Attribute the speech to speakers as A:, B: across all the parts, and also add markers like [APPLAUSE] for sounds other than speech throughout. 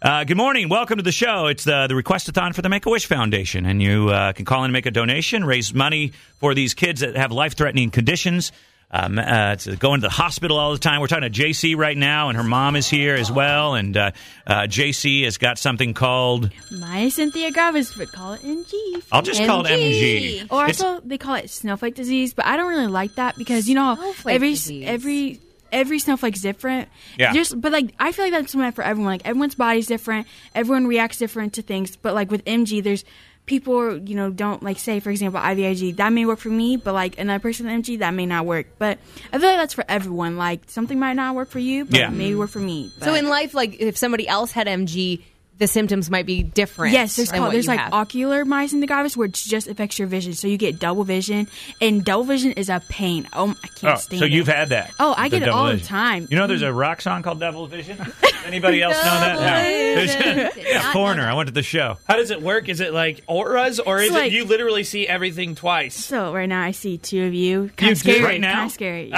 A: Uh, good morning. Welcome to the show. It's the, the Requestathon for the Make a Wish Foundation. And you uh, can call in and make a donation, raise money for these kids that have life threatening conditions. Um, uh, it's going to the hospital all the time. We're talking to JC right now, and her mom is here as well. And uh, uh, JC has got something called,
B: My Cynthia gravis, but call it MG.
A: I'll just call it
C: MG.
A: MG.
B: Or
A: Oh, It's-
B: also they call it snowflake disease, but I don't really like that because you know how
C: Snowflake
B: every
C: disease.
B: every every snowflake's different.
A: Yeah.
B: Just but like I feel like that's meant for everyone. Like everyone's body's different. Everyone reacts different to things. But like with MG, there's people you know don't like say for example IVIG that may work for me, but like another person with MG that may not work. But I feel like that's for everyone. Like something might not work for you, but
A: Yeah.
B: maybe work for me.
C: So
B: But-
C: in life, like if somebody else had MG, the symptoms might be different.
B: Yes, there's
C: than
B: called,
C: what
B: there's
C: you
B: like
C: have.
B: ocular myasthenia gravis where it just affects your vision, so you get double vision, and double vision is a pain. Oh, I can't
A: Oh,
B: stand.
A: so you've
B: it.
A: had that.
B: Oh, I
A: The
B: get it all
A: Devil
B: the
A: Vision.
B: time.
A: You know, there's a rock song called Devil
B: [LAUGHS]
A: Vision. Anybody else know that?
C: Devil
A: [LAUGHS] There's-
C: Vision. Did not
A: yeah,
C: know
A: foreigner.
C: that.
A: I went to the show.
D: How does it work? Is it like auras, or is
B: It's like-
D: it you literally see everything twice?
B: So right now I see two of you. Kind
A: You do?
B: of scary.
A: Right now? Ah,
B: Kind of scary.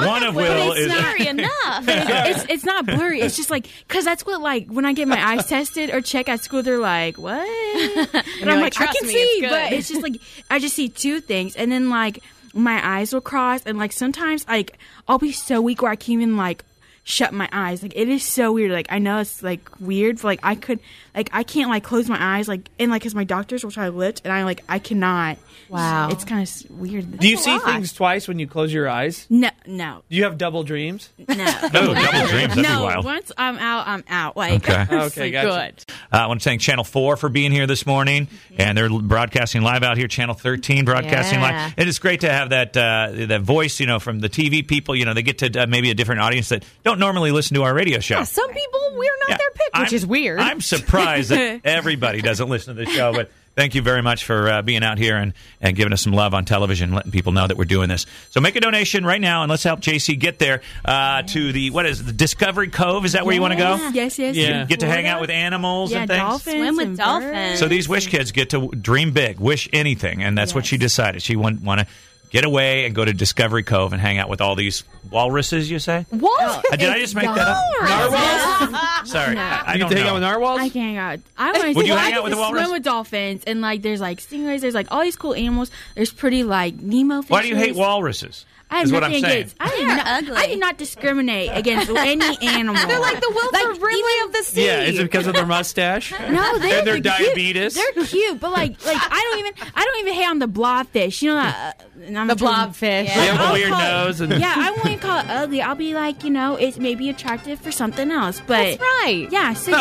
A: One of Will
E: it's
A: is.
E: scary enough.
B: it's it's not blurry. It's just like because that's what like when I get my eyes tested or checked at school, they're like,
C: [LAUGHS]
B: what? And, I'm like,
C: like,
B: I
C: "Trust
B: can
C: me,
B: see,
C: it's good."
B: but it's just like I just see two things, and then like my eyes will cross, and like sometimes like I'll be so weak where I can't even like shut my eyes. Like it is so weird. Like I know it's like weird, but like I could like I can't like close my eyes like and like because my doctors will try to lift, and I like I cannot.
C: Wow.
B: it's kind of weird.
D: Do you see things twice when you close your eyes?
B: No, no,
D: Do you have double dreams?
B: [LAUGHS] no.
A: Oh, double dreams. That'd be
B: No,
A: wild.
B: once I'm out, I'm out. Like, [LAUGHS]
A: Okay.
D: Okay,
B: like,
D: gotcha.
B: good.
A: Uh, I want to thank Channel 4 for being here this morning, and they're broadcasting live out here. Channel 13 broadcasting
C: Yeah.
A: live. It is great to have that uh, that voice, you know, from the TV people. You know, they get to uh, maybe a different audience that don't normally listen to our radio show.
C: Some people we're not
A: Yeah.
C: their pick, which
A: I'm-
C: is weird.
A: I'm surprised that everybody doesn't listen to the show, but thank you very much for uh, being out here and, and giving us some love on television, letting people know that we're doing this. So make a donation right now, and let's help JC get there uh, to the what is it, the Discovery Cove? Is that where you want to go?
B: Yes, yes.
D: Yeah.
A: Get to hang out with animals
B: yeah,
A: and things.
B: dolphins.
E: Swim with
B: and
E: dolphins.
B: birds.
A: So these wish kids get to dream big, wish anything, and that's what she decided. She want want to get away and go to Discovery Cove and hang out with all these walruses. You say?
C: What?
A: Uh, Did I just make that up? Narwhals? Sorry, I, I
D: you
A: don't
D: hang
A: know.
D: out with narwhals?
B: I can't hang out. I want to
A: Would you
B: I
A: hang
B: get
A: out with
B: to
A: the walrus?
B: swim with dolphins and like there's like stingrays. There's like all these cool animals. There's pretty like Nemo. Fishes.
A: Why do you hate walruses?
B: I have
A: is what
B: nothing
A: I'm saying.
B: against. I do
E: They're
B: not,
E: ugly.
B: I do not discriminate
E: [LAUGHS]
B: against any animal.
C: They're like the Wilford Brimley of the sea.
D: Yeah, is it because of
B: [LAUGHS]
D: their mustache? [LAUGHS]
B: No, they
D: And their
B: look
D: diabetes?
B: Cute. They're cute, but
D: [LAUGHS]
B: like, like I don't even, I don't even hate on the blobfish. You know that? Uh, and I'm
C: the
B: a total-
C: blobfish?
D: they have a
B: I'll
D: weird
B: call it-
D: nose. And
B: Yeah,
D: [LAUGHS]
B: I won't call it ugly. I'll be like, you know, it's maybe attractive for something else. But
C: That's right.
B: Yeah, so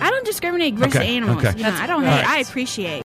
B: I don't discriminate versus
A: Okay,
B: animals.
A: okay.
B: You know, I don't hate. I appreciate.